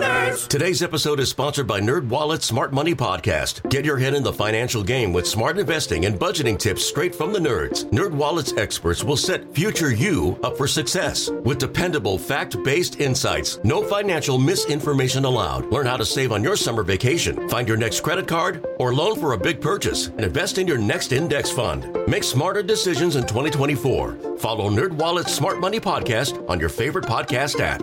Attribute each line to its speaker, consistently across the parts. Speaker 1: Yes.
Speaker 2: Today's episode is sponsored by Nerd Wallet's Smart Money Podcast. Get your head in the financial game with smart investing and budgeting tips straight from the nerds. Nerd Wallet's experts will set future you up for success with dependable, fact-based insights. No financial misinformation allowed. Learn how to save on your summer vacation, find your next credit card or loan for a big purchase, and invest in your next index fund. Make smarter decisions in 2024. Follow Nerd Wallet's Smart Money Podcast on your favorite podcast app.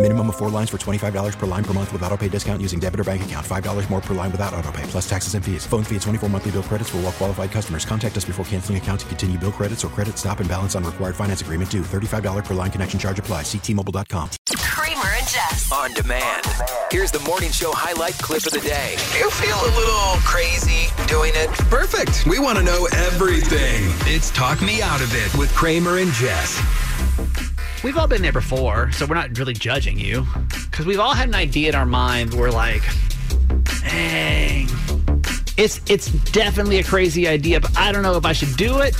Speaker 3: Minimum of four lines for $25 per line per month with auto pay discount using debit or bank account. $5 more per line without auto pay, plus taxes and fees. Phone fee at 24 monthly bill credits for all well qualified customers. Contact us before canceling account to continue bill credits or credit stop and balance on required finance agreement due. $35 per line connection charge apply. Ctmobile.com.
Speaker 4: Kramer and Jess.
Speaker 1: On demand. Here's the morning show highlight clip of the day.
Speaker 5: You feel a little crazy doing it?
Speaker 1: Perfect. We want to know everything. It's Talk Me Out of It with Kramer and Jess.
Speaker 6: We've all been there before, so we're not really judging you. Because we've all had an idea in our mind. We're like, dang. It's, it's definitely a crazy idea, but I don't know if I should do it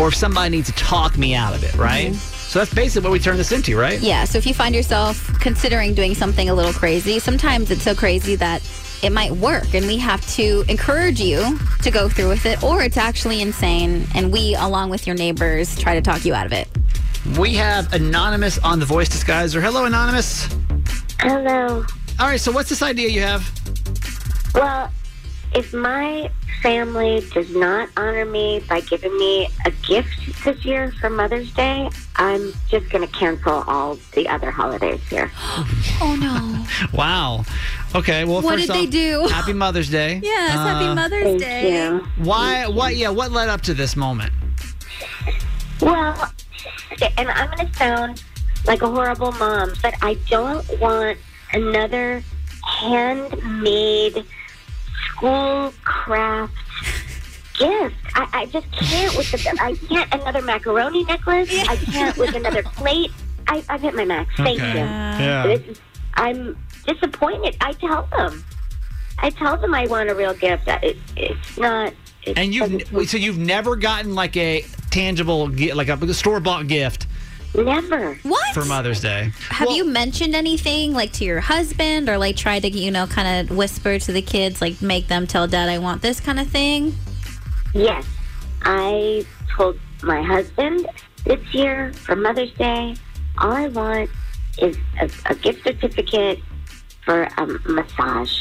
Speaker 6: or if somebody needs to talk me out of it, right? So that's basically what we turn this into, right?
Speaker 7: Yeah, so if you find yourself considering doing something a little crazy, sometimes it's so crazy that it might work, and we have to encourage you to go through with it, or it's actually insane, and we, along with your neighbors, try to talk you out of it.
Speaker 6: We have Anonymous on the voice disguiser. Hello, Anonymous.
Speaker 8: Hello.
Speaker 6: All right, so what's this idea you have?
Speaker 8: Well, if my family does not honor me by giving me a gift this year for Mother's Day, I'm just going to cancel all the other holidays here.
Speaker 7: Oh no.
Speaker 6: Wow. Okay, well,
Speaker 7: What
Speaker 6: first
Speaker 7: did they
Speaker 6: off,
Speaker 7: do?
Speaker 6: Happy Mother's Day. Uh,
Speaker 9: Yes, happy Mother's
Speaker 8: Thank
Speaker 9: Day.
Speaker 8: you.
Speaker 6: Why? What? Yeah. What led up to this moment?
Speaker 8: Well, and I'm going to sound like a horrible mom, but I don't want another handmade school craft gift. I, I just can't with the. I can't another macaroni necklace. I can't with another plate. I, I've hit my max. Thank
Speaker 6: Okay.
Speaker 8: you.
Speaker 6: Yeah.
Speaker 8: This is- I'm disappointed. I tell them. I tell them I want a real gift. It, it's not. It
Speaker 6: And
Speaker 8: doesn't-
Speaker 6: you've wait, so you've never gotten like a tangible, gi- like a store bought gift
Speaker 8: never.
Speaker 7: What?
Speaker 6: for Mother's Day.
Speaker 7: Have you mentioned anything like to your husband or like tried to, you know, kind of whisper to the kids, like make them tell dad I want this kind of thing?
Speaker 8: Yes. I told my husband this year for Mother's Day, all I want is a, a gift certificate for a massage.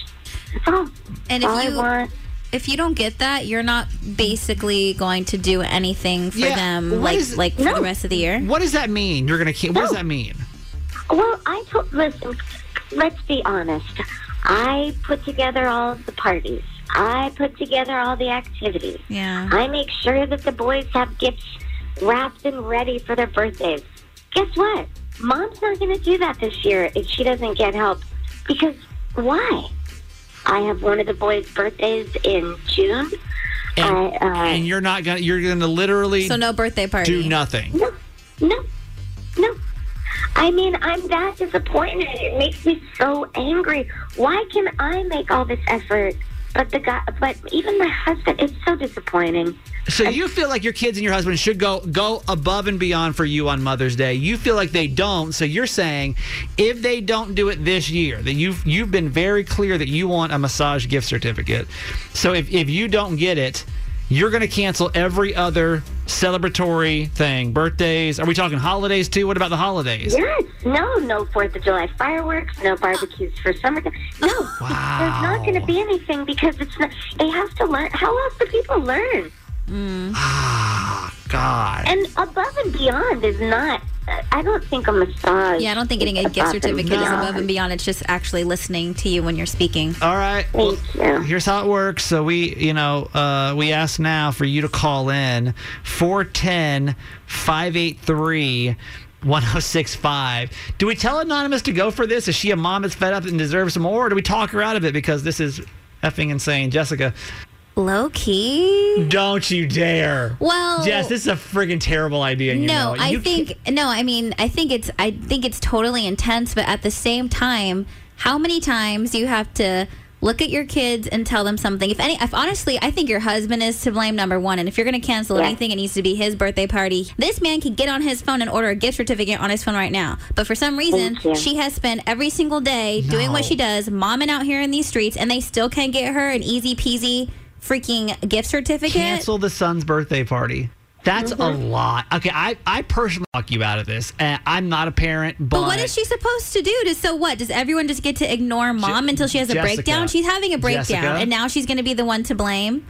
Speaker 8: That's all.
Speaker 7: And if
Speaker 8: all
Speaker 7: you-
Speaker 8: I want.
Speaker 7: If you don't get that, you're not basically going to do anything for
Speaker 6: Yeah, what
Speaker 7: them like
Speaker 6: is-
Speaker 7: like for
Speaker 8: No.
Speaker 7: the rest of the year.
Speaker 6: What does that mean? You're gonna. can- What does
Speaker 8: No.
Speaker 6: that mean?
Speaker 8: Well, I told. Listen, let's be honest. I put together all of the parties. I put together all the activities.
Speaker 7: Yeah.
Speaker 8: I make sure that the boys have gifts wrapped and ready for their birthdays. Guess what? Mom's not going to do that this year if she doesn't get help. Because why? I have one of the boys' birthdays in June. I, uh,
Speaker 6: And you're not gonna. You're gonna literally
Speaker 7: So no birthday party.
Speaker 6: do nothing.
Speaker 8: No, no, no. I mean, I'm that disappointed. It makes me so angry. Why can I make all this effort, but the guy, but even my husband? It's so disappointing.
Speaker 6: So you feel like your kids and your husband should go go above and beyond for you on Mother's Day. You feel like they don't. So you're saying, if they don't do it this year, that you've you've been very clear that you want a massage gift certificate. So if if you don't get it, you're going to cancel every other celebratory thing. Birthdays? Are we talking holidays too? What about the holidays?
Speaker 8: Yes, no, no Fourth of July fireworks, no barbecues for summertime. No, there's not going to be anything because it's not. They have to learn. How else do people learn?
Speaker 6: God.
Speaker 8: And above and beyond is not. I don't think a massage.
Speaker 7: Yeah, I don't think getting a
Speaker 8: is
Speaker 7: gift
Speaker 8: above and
Speaker 7: certificate is
Speaker 8: beyond.
Speaker 7: above and beyond. It's just actually listening to you when you're speaking.
Speaker 6: All right. Well,
Speaker 8: Thank you.
Speaker 6: here's how it works. So we, you know, uh, we ask now for you to call in 410-583-1065. Do we tell Anonymous to go for this? Is she a mom that's fed up and deserves some more? Or do we talk her out of it because this is effing insane? Jessica.
Speaker 7: Low key.
Speaker 6: Don't you dare.
Speaker 7: Well-
Speaker 6: Jess, this is a friggin' terrible idea. and You know
Speaker 7: No,
Speaker 6: it.
Speaker 7: I
Speaker 6: You
Speaker 7: think no. I mean, I think it's I think it's totally intense, but at the same time, how many times do you have to look at your kids and tell them something? If any, if honestly, I think your husband is to blame number one. And if you're going to cancel
Speaker 8: Yeah.
Speaker 7: anything, it needs to be his birthday party. This man can get on his phone and order a gift certificate on his phone right now. But for some reason,
Speaker 8: Thank you.
Speaker 7: she has spent every single day doing what she does, momming out here in these streets, and they still can't get her an easy peasy freaking gift certificate. Mm-hmm.
Speaker 6: cancel the son's birthday party. That's a lot. Okay, I, I personally fuck you out of this. And I'm not a parent,
Speaker 7: But
Speaker 6: but,
Speaker 7: what is she supposed to do? To so what? Does everyone just get to ignore mom until she has a
Speaker 6: Jessica.
Speaker 7: breakdown? She's having a breakdown,
Speaker 6: Jessica.
Speaker 7: and now she's going to be the one to blame.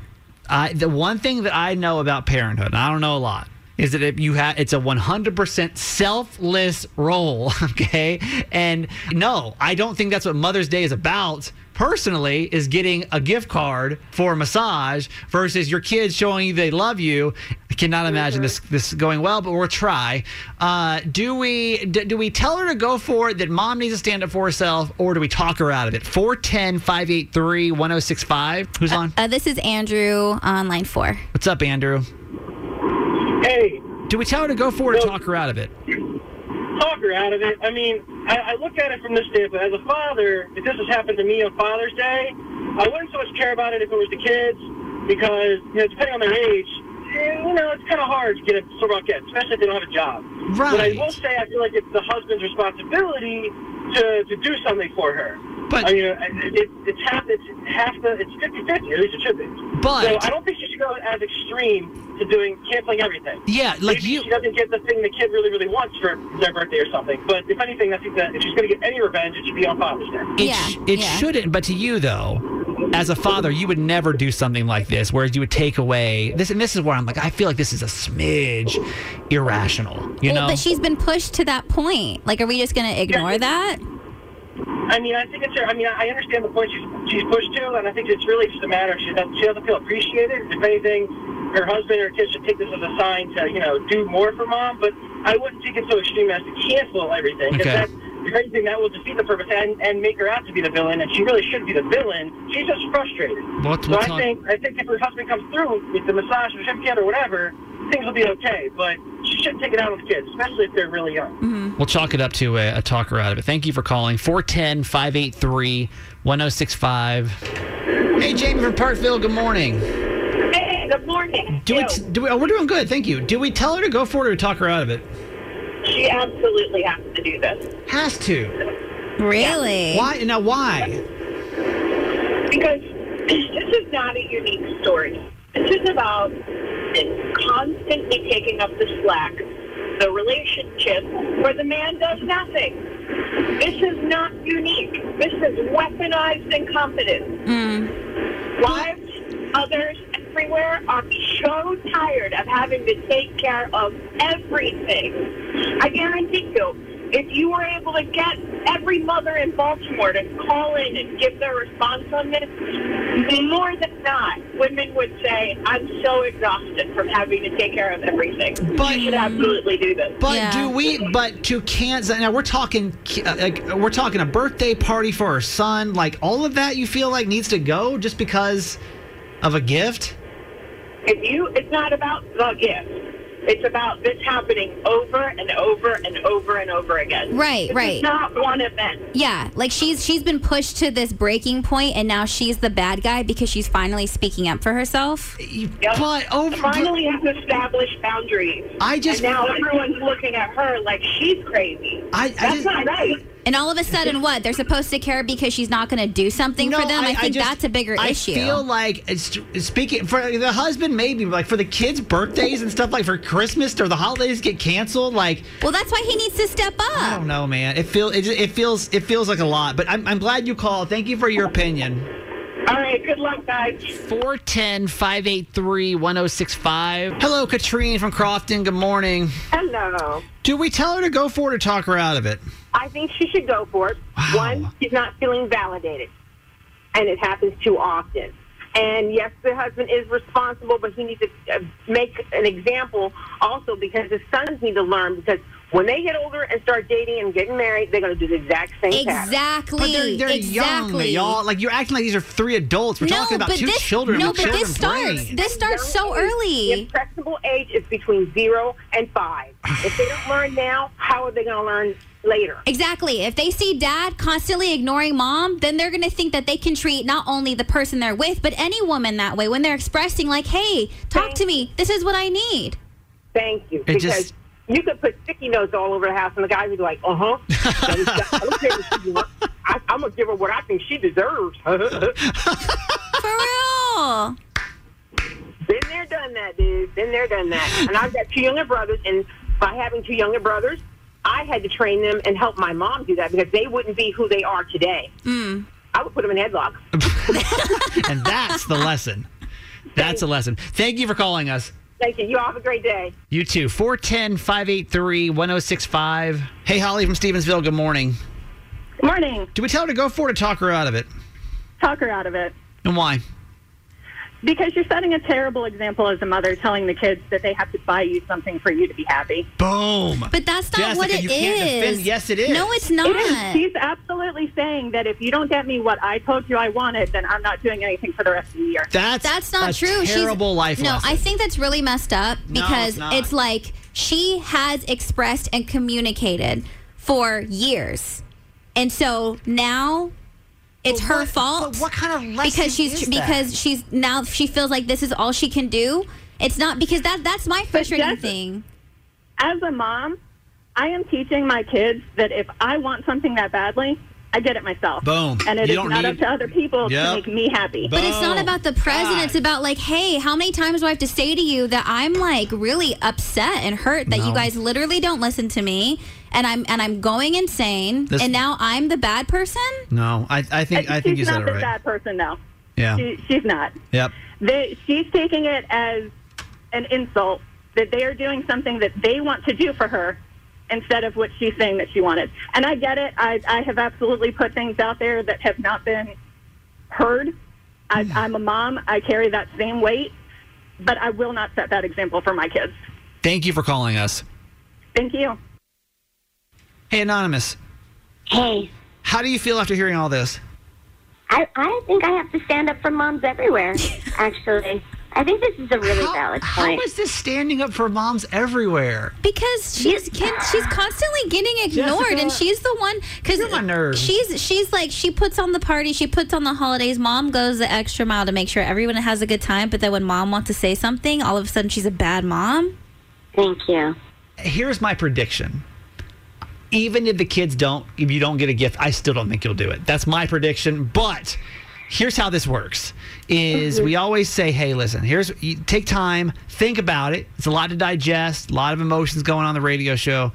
Speaker 6: I, the one thing that I know about parenthood, and I don't know a lot, is that if you have, it's a 100% selfless role. Okay, and no, I don't think that's what Mother's Day is about. Personally, is getting a gift card for a massage versus your kids showing you they love you. I cannot imagine this this going well, but we'll try. Uh, do we d- do we tell her to go for it that mom needs to stand up for herself, or do we talk her out of it? 410 583 1065. Who's on?
Speaker 7: Uh, this is Andrew on line four.
Speaker 6: What's up, Andrew?
Speaker 4: Hey,
Speaker 6: Do we tell her to go for it or talk her out of it?
Speaker 4: talk her out of it. I mean, I, I look at it from this standpoint. As a father, if this has happened to me on Father's Day, I wouldn't so much care about it if it was the kids, because you know, depending on their age, eh, you know, it's kind of hard to get a sore get, especially if they don't have a job. But I
Speaker 6: Right.
Speaker 4: will say, I feel like it's the husband's responsibility to, to do something for her.
Speaker 6: But-
Speaker 4: I mean, it, it, it's half, it's half the, it's 50-50, at least it should be.
Speaker 6: But-
Speaker 4: so I don't think she should go as extreme to doing canceling everything.
Speaker 6: Yeah, like
Speaker 4: Maybe
Speaker 6: you-
Speaker 4: she doesn't get the thing the kid really, really wants for their birthday or something. But if anything, I think that if she's going to get any revenge, it should be on Father's Day.
Speaker 6: It,
Speaker 7: Yeah,
Speaker 6: sh- it
Speaker 7: Uh, yeah.
Speaker 6: shouldn't, but to you though, as a father, you would never do something like this, whereas you would take away this. And this is where I'm like, I feel like this is a smidge irrational. You
Speaker 7: Well,
Speaker 6: know,
Speaker 7: but she's been pushed to that point. Like, are we just going to ignore
Speaker 4: Yeah.
Speaker 7: that?
Speaker 4: I mean, I think it's her. I mean, I understand the point she's, she's pushed to, and I think it's really just a matter of she doesn't, she doesn't feel appreciated. If anything, her husband or kids should take this as a sign to, you know, do more for mom. But I wouldn't take it so extreme as to cancel everything.
Speaker 6: Okay.
Speaker 4: If that's, if anything, that will defeat the purpose and, and make her out to be the villain, and she really shouldn't be the villain. She's just frustrated.
Speaker 6: What-
Speaker 4: so
Speaker 6: what's
Speaker 4: I
Speaker 6: on-
Speaker 4: think I think if her husband comes through with the massage or certificate or whatever, things will be okay. But she shouldn't take it out on the kids, especially if they're really young.
Speaker 6: we'll chalk it up to a, a talker out of it. Thank you for calling 410 583 1065. Hey, Jamie from Parkville, good morning.
Speaker 9: Hey, good morning.
Speaker 6: Do we, t- do we, oh, we're doing good. Thank you. Do we tell her to go for it or talk her out of it?
Speaker 9: she absolutely has to do this
Speaker 6: Has to.
Speaker 7: Really?
Speaker 6: Why? Now, why?
Speaker 9: because this is not a unique story. This is about constantly taking up the slack, the relationship where the man does nothing. This is not unique. This is weaponized incompetence.
Speaker 8: Mm.
Speaker 6: Mm.
Speaker 9: Wives, others, everywhere are so tired of having to take care of everything. I guarantee you, if you were able to get every mother in Baltimore to call in and give their response on this, more than not, women would say, I'm so exhausted from having to take care of everything.
Speaker 6: But-
Speaker 9: you should absolutely do this.
Speaker 6: But
Speaker 7: Yeah.
Speaker 6: do we? But to Kansas now, we're talking ki- uh, like we're talking a birthday party for her son. Like all of that, you feel like needs to go just because of a gift.
Speaker 9: If you, it's not about the gift. It's about this happening over and over and over and over again.
Speaker 7: Right,
Speaker 9: This
Speaker 7: right.
Speaker 9: Is not one event.
Speaker 7: Yeah, like she's she's been pushed to this breaking point, and now she's the bad guy because she's finally speaking up for herself.
Speaker 9: Yep.
Speaker 6: But over.
Speaker 9: finally has established boundaries.
Speaker 6: I just-
Speaker 9: and now everyone's looking at her like she's crazy.
Speaker 6: I- I
Speaker 9: That's
Speaker 6: just-
Speaker 9: not right.
Speaker 7: And all of a sudden, what? They're supposed to care because she's not going to do something for them. I, think
Speaker 6: just-
Speaker 7: that's a bigger
Speaker 6: I
Speaker 7: issue.
Speaker 6: feel like it's, speaking for the husband, maybe but, like for the kids' birthdays and stuff, like for Christmas or the holidays get canceled. Like
Speaker 7: well, that's why he needs to step up.
Speaker 6: I don't know, man. It feel it, it feels it feels like a lot. But I'm, I'm glad you called. Thank you for your opinion.
Speaker 9: All right, good luck, guys.
Speaker 6: 410 583 1065. Hello, Katrine from Crofton. Good morning.
Speaker 10: Hello.
Speaker 6: Do we tell her to go for it or talk her out of it?
Speaker 10: I think she should go for it. One, she's not feeling validated, and it happens too often. And yes, the husband is responsible, but he needs to uh, make an example also because his sons need to learn because When they get older and start dating and getting married, they're going to do the exact same pattern.
Speaker 7: Exactly.
Speaker 6: But they're, they're
Speaker 7: exactly.
Speaker 6: young, y'all. Like you're acting like these are three adults. We're talking about two children.
Speaker 7: No,
Speaker 6: with
Speaker 7: but this
Speaker 6: children's
Speaker 7: starts.
Speaker 6: brains.
Speaker 7: This starts so
Speaker 10: The
Speaker 7: early.
Speaker 10: impressionable age is between zero and five. if they don't learn now, how are they going to learn later?
Speaker 7: Exactly. If they see dad constantly ignoring mom, then they're going to think that they can treat not only the person they're with, but any woman that way when they're expressing, like, hey, talk to me. This is what I need.
Speaker 10: Thank you.
Speaker 7: It
Speaker 10: because
Speaker 7: just-
Speaker 10: you could put sticky notes all over the house, and the guys would be like, "Uh huh." I don't care what she wants. I, I'm gonna give her what I think she deserves. For
Speaker 7: real.
Speaker 10: Been there, done that, dude. Been there, done that. And I've got two younger brothers, and by having two younger brothers, I had to train them and help my mom do that because they wouldn't be who they are today. Mm. I would put them in headlocks.
Speaker 6: and that's the lesson. That's a lesson. Thank you for calling us.
Speaker 10: Thank you. You all have a great day.
Speaker 6: You too. 410 583 1065. Hey, Holly from Stevensville. Good morning.
Speaker 11: Good morning.
Speaker 6: Do we tell her to go for it or talk her out of it?
Speaker 11: Talk her out of it.
Speaker 6: And why?
Speaker 11: Because you're setting a terrible example as a mother telling the kids that they have to buy you something for you to be happy.
Speaker 6: Boom.
Speaker 7: But that's not
Speaker 11: Jessica,
Speaker 7: what it is.
Speaker 11: you can't defend- yes, it is.
Speaker 7: No, it's not.
Speaker 11: It is. She's absolutely saying that if you don't get me what I told you I wanted, then I'm not doing anything for the rest of the year.
Speaker 6: That's
Speaker 7: that's not
Speaker 11: a
Speaker 7: true.
Speaker 11: terrible
Speaker 7: She's,
Speaker 11: life
Speaker 7: No,
Speaker 11: lesson.
Speaker 7: I think that's really messed up
Speaker 11: No,
Speaker 7: because
Speaker 11: it's not.
Speaker 7: it's like she has expressed and communicated for years, and so now it's her fault. what
Speaker 6: kind of lesson
Speaker 7: because she's
Speaker 6: is that?
Speaker 7: because she's now she feels like this is all she can do. It's not because that that's my frustrating thing.
Speaker 11: As a mom, I am teaching my kids that if I want something that badly, I get it myself.
Speaker 7: Boom.
Speaker 11: And it
Speaker 7: You
Speaker 11: is
Speaker 7: don't
Speaker 11: not
Speaker 7: need-
Speaker 11: up to other people
Speaker 7: Yep.
Speaker 11: to make me happy.
Speaker 7: But it's not about the present. It's about like, hey, how many times do I have to say to you that I'm like really upset and hurt that
Speaker 6: No.
Speaker 7: you guys literally don't listen to me and I'm and I'm going insane
Speaker 6: This-
Speaker 7: and now I'm the bad person?
Speaker 6: No, I, I think I think you
Speaker 11: Uh, she's
Speaker 6: said
Speaker 11: not
Speaker 6: it
Speaker 11: the
Speaker 6: right.
Speaker 11: bad person, though.
Speaker 6: Yeah.
Speaker 11: She, she's not.
Speaker 6: Yep.
Speaker 11: They, she's taking it as an insult that they are doing something that they want to do for her instead of what she's saying that she wanted. And I get it. I, I have absolutely put things out there that have not been heard. I, I'm a mom. I carry that same weight, but I will not set that example for my kids.
Speaker 6: Thank you for calling us.
Speaker 11: Thank you.
Speaker 6: Hey, Anonymous.
Speaker 8: Hey.
Speaker 6: How do you feel after hearing all this?
Speaker 8: I, I think I have to stand up for moms everywhere, actually. I think this is a really valid point.
Speaker 6: How is this standing up for moms everywhere?
Speaker 7: Because she's can, she's constantly getting ignored,
Speaker 6: Jessica,
Speaker 7: and she's the one
Speaker 6: you're my nerve.
Speaker 7: because she's she's like she puts on the party, she puts on the holidays. Mom goes the extra mile to make sure everyone has a good time, but then when mom wants to say something, all of a sudden she's a bad mom.
Speaker 8: Thank you.
Speaker 6: Here's my prediction. Even if the kids don't, if you don't get a gift, I still don't think you'll do it. That's my prediction. But here's how this works: is we always say, "Hey, listen. Here's you take time, think about it. It's a lot to digest, a lot of emotions going on in the radio show.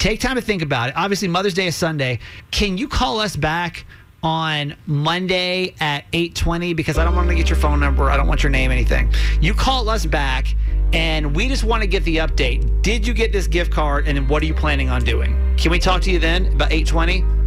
Speaker 6: Take time to think about it. Obviously, Mother's Day is Sunday. Can you call us back on Monday at 8:20 because I don't want to get your phone number, I don't want your name anything. You call us back and we just want to get the update. Did you get this gift card and what are you planning on doing? Can we talk to you then about 8:20?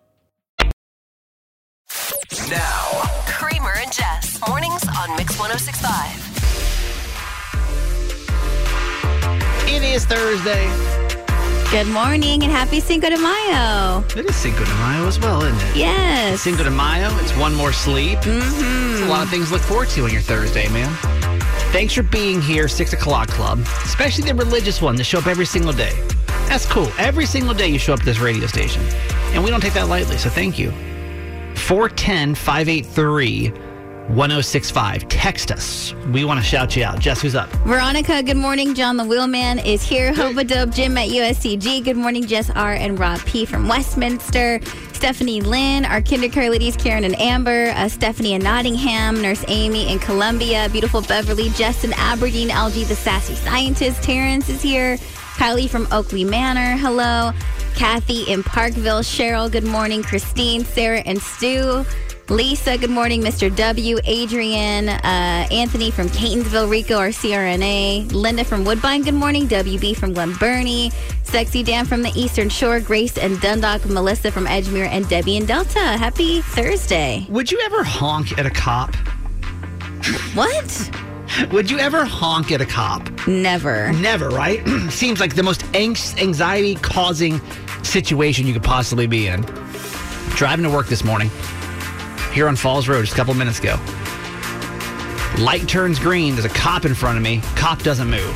Speaker 12: Kramer and Jess. Mornings on Mix 1065.
Speaker 6: It is Thursday.
Speaker 7: Good morning and happy Cinco de Mayo.
Speaker 6: It is Cinco de Mayo as well, isn't it?
Speaker 7: Yes.
Speaker 6: Cinco de Mayo, it's one more sleep. Mm-hmm. It's a lot of things to look forward to on your Thursday, man. Thanks for being here, 6 o'clock club, especially the religious one that show up every single day. That's cool. Every single day you show up at this radio station. And we don't take that lightly, so thank you. 410 583 1065. Text us. We want to shout you out. Jess, who's up?
Speaker 7: Veronica, good morning. John the Wheelman is here. Hoba Dub Jim at USCG. Good morning, Jess R. and Rob P. from Westminster. Stephanie Lynn, our kindercare ladies, Karen and Amber. Uh, Stephanie in Nottingham. Nurse Amy in Columbia. Beautiful Beverly. Jess in Aberdeen. LG the Sassy Scientist. Terrence is here. Kylie from Oakley Manor. Hello. Kathy in Parkville. Cheryl, good morning. Christine, Sarah, and Stu. Lisa, good morning. Mr. W, Adrian, uh, Anthony from Catonsville, Rico, our CRNA. Linda from Woodbine, good morning. WB from Glen Burnie. Sexy Dan from the Eastern Shore. Grace and Dundalk. Melissa from Edgemere. And Debbie and Delta. Happy Thursday.
Speaker 6: Would you ever honk at a cop?
Speaker 7: What?
Speaker 6: Would you ever honk at a cop?
Speaker 7: Never.
Speaker 6: Never, right? Seems like the most anx- anxiety causing situation you could possibly be in. Driving to work this morning here on Falls Road just a couple minutes ago. Light turns green. There's a cop in front of me. Cop doesn't move.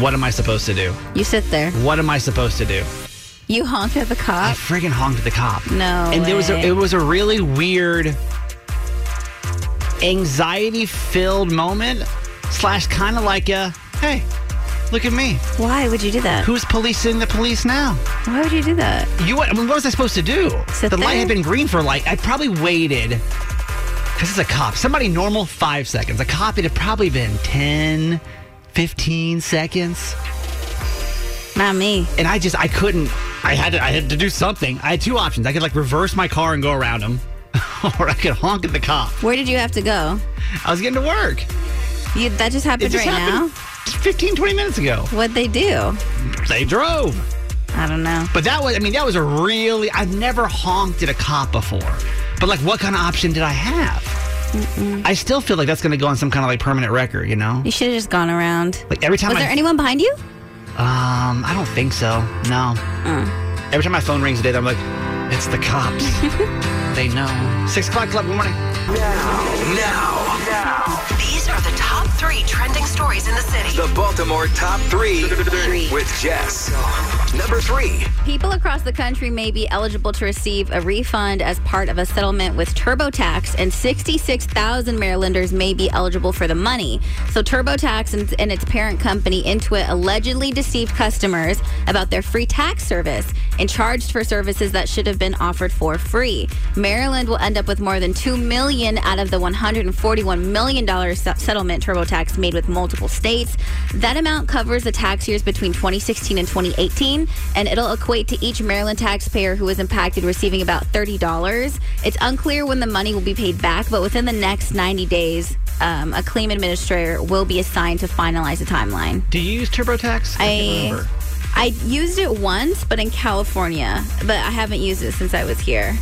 Speaker 6: What am I supposed to do?
Speaker 7: You sit there.
Speaker 6: What am I supposed to do?
Speaker 7: You honk at the
Speaker 6: I
Speaker 7: cop?
Speaker 6: friggin' honked at the cop.
Speaker 7: No.
Speaker 6: and there was a,
Speaker 7: way.
Speaker 6: it was a really weird, anxiety-filled moment. Slash, kind of like a hey, look at me.
Speaker 7: Why would you do that?
Speaker 6: Who's policing the police now?
Speaker 7: Why would you do that?
Speaker 6: You what? I mean, what was I supposed to do?
Speaker 7: Sit
Speaker 6: the light
Speaker 7: there?
Speaker 6: had been green for like I probably waited. This is a cop. Somebody normal, five seconds. A cop, it had probably been 10, 15 seconds.
Speaker 7: Not me.
Speaker 6: And I just, I couldn't. I had to, I had to do something. I had two options. I could like reverse my car and go around him, or I could honk at the cop.
Speaker 7: Where did you have to go?
Speaker 6: I was getting to work.
Speaker 7: You, that just
Speaker 6: It
Speaker 7: happened
Speaker 6: just
Speaker 7: right
Speaker 6: happened now? 15, 20 minutes ago.
Speaker 7: now? What'd they do?
Speaker 6: They drove.
Speaker 7: I don't know.
Speaker 6: But that was, I mean, that was a really, I've never honked at a cop before. But like, what kind of option did I have? I still feel like that's going to go on some kind of like permanent record, you know?
Speaker 7: You should have just gone around.
Speaker 6: Like every time
Speaker 7: Was
Speaker 6: I,
Speaker 7: there anyone behind you?
Speaker 6: um, I don't think so. No.
Speaker 7: Uh.
Speaker 6: Every time my phone rings today, I'm like, it's the cops. they know. Six o'clock club. Good morning.
Speaker 1: Now,
Speaker 12: These are the top three trending stories in the city.
Speaker 1: the Baltimore Top 3 with Jess. Number 3.
Speaker 7: People across the country may be eligible to receive a refund as part of a settlement with TurboTax, and 66,000 Marylanders may be eligible for the money. So, TurboTax and, and its parent company, Intuit, allegedly deceived customers about their free tax service and charged for services that should have been offered for free. Maryland will end up with more than $2 million out of the $141 million se- settlement TurboTax made with multiple states. That amount covers the tax years between 2016 and 2018, and it'll equate to each Maryland taxpayer who was impacted receiving about $30. It's unclear when the money will be paid back, but within the next 90 days, um, a claim administrator will be assigned to finalize the timeline.
Speaker 6: Do you use TurboTax? can't
Speaker 7: I.
Speaker 6: remember.
Speaker 7: I used it once, but in California. But I haven't used it since I was here.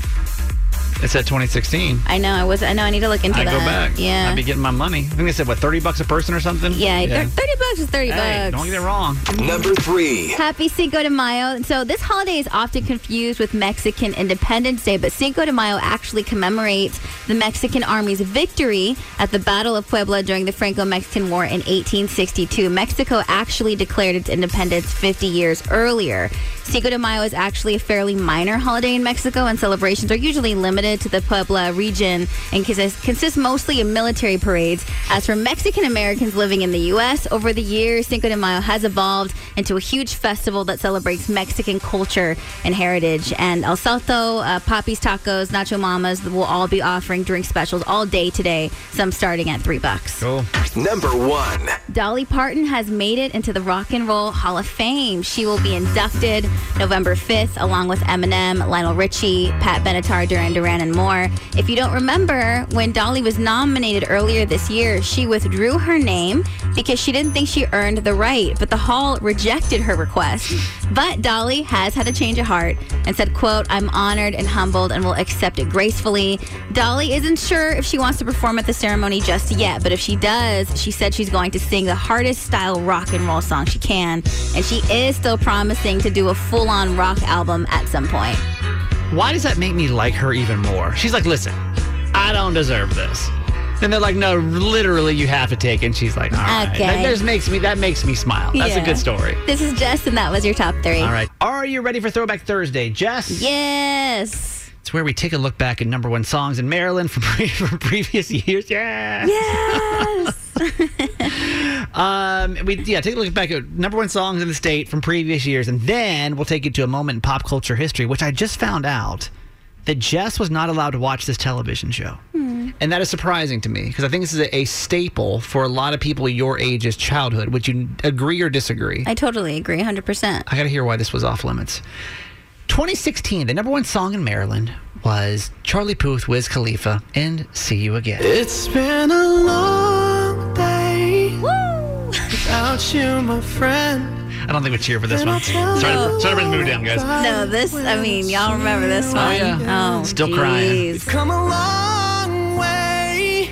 Speaker 6: It's at 2016.
Speaker 7: I know I was. I know I need to look into
Speaker 6: I
Speaker 7: that.
Speaker 6: go back.
Speaker 7: Yeah.
Speaker 6: I'd be getting my money. I think they said, what, 30 bucks a person or something?
Speaker 7: Yeah, thir- 30 bucks is 30
Speaker 6: Hey,
Speaker 7: bucks.
Speaker 6: don't get it wrong.
Speaker 1: Number 3.
Speaker 7: Happy Cinco de Mayo. So, this holiday is often confused with Mexican Independence Day, but Cinco de Mayo actually commemorates the Mexican Army's victory at the Battle of Puebla during the Franco Mexican War in 1862. Mexico actually declared its independence 50 years earlier. Cinco de Mayo is actually a fairly minor holiday in Mexico, and celebrations are usually limited to the Puebla region and consist, consists mostly of military parades. As for Mexican Americans living in the U.S., over the years, Cinco de Mayo has evolved into a huge festival that celebrates Mexican culture and heritage. And El Salto, uh, Poppy's Tacos, Nacho Mamas will all be offering drink specials all day today, some starting at three bucks.
Speaker 6: Cool.
Speaker 1: Number 1.
Speaker 7: Dolly Parton has made it into the Rock and Roll Hall of Fame. She will be inducted November 5th, along with Eminem, Lionel Richie, Pat Benatar, Duran Duran, and more. If you don't remember, when Dolly was nominated earlier this year, she withdrew her name because she didn't think she earned the right, but the Hall rejected her request. But Dolly has had a change of heart and said, quote, I'm honored and humbled and will accept it gracefully. Dolly isn't sure if she wants to perform at the ceremony just yet, but if she does, she said she's going to sing the hardest style rock and roll song she can. And she is still promising to do a full on rock album at some point.
Speaker 6: Why does that make me like her even more? She's like, listen, I don't deserve this. And they're like, no, literally, you have to take it. And she's like, all right.
Speaker 7: Okay.
Speaker 6: That just makes me, that makes me smile. That's a
Speaker 7: Yeah.
Speaker 6: good story.
Speaker 7: This is Jess, and that was your top three.
Speaker 6: All right. Are you ready for Throwback Thursday, Jess?
Speaker 7: Yes.
Speaker 6: It's where we take a look back at number one songs in Maryland from, pre- from previous years. Yeah.
Speaker 7: Yes.
Speaker 6: Um, we yeah, take a look back at number one songs in the state from previous years, and then we'll take you to a moment in pop culture history, which I just found out that Jess was not allowed to watch this television show. And that is surprising to me because I think this is a, a staple for a lot of people your age's childhood. Would you agree or disagree?
Speaker 7: I totally agree, 100%.
Speaker 6: I got to hear why this was off limits. 2016, the number one song in Maryland was Charlie Puth, Wiz Khalifa, and See You Again.
Speaker 13: It's been a long day without you, my friend.
Speaker 6: I don't think we cheer for this one. Sorry, sorry to bring the mood down, guys.
Speaker 7: No, this, I mean, y'all remember this one. Oh,
Speaker 6: Still crying.
Speaker 7: jeez.
Speaker 13: Come a long way.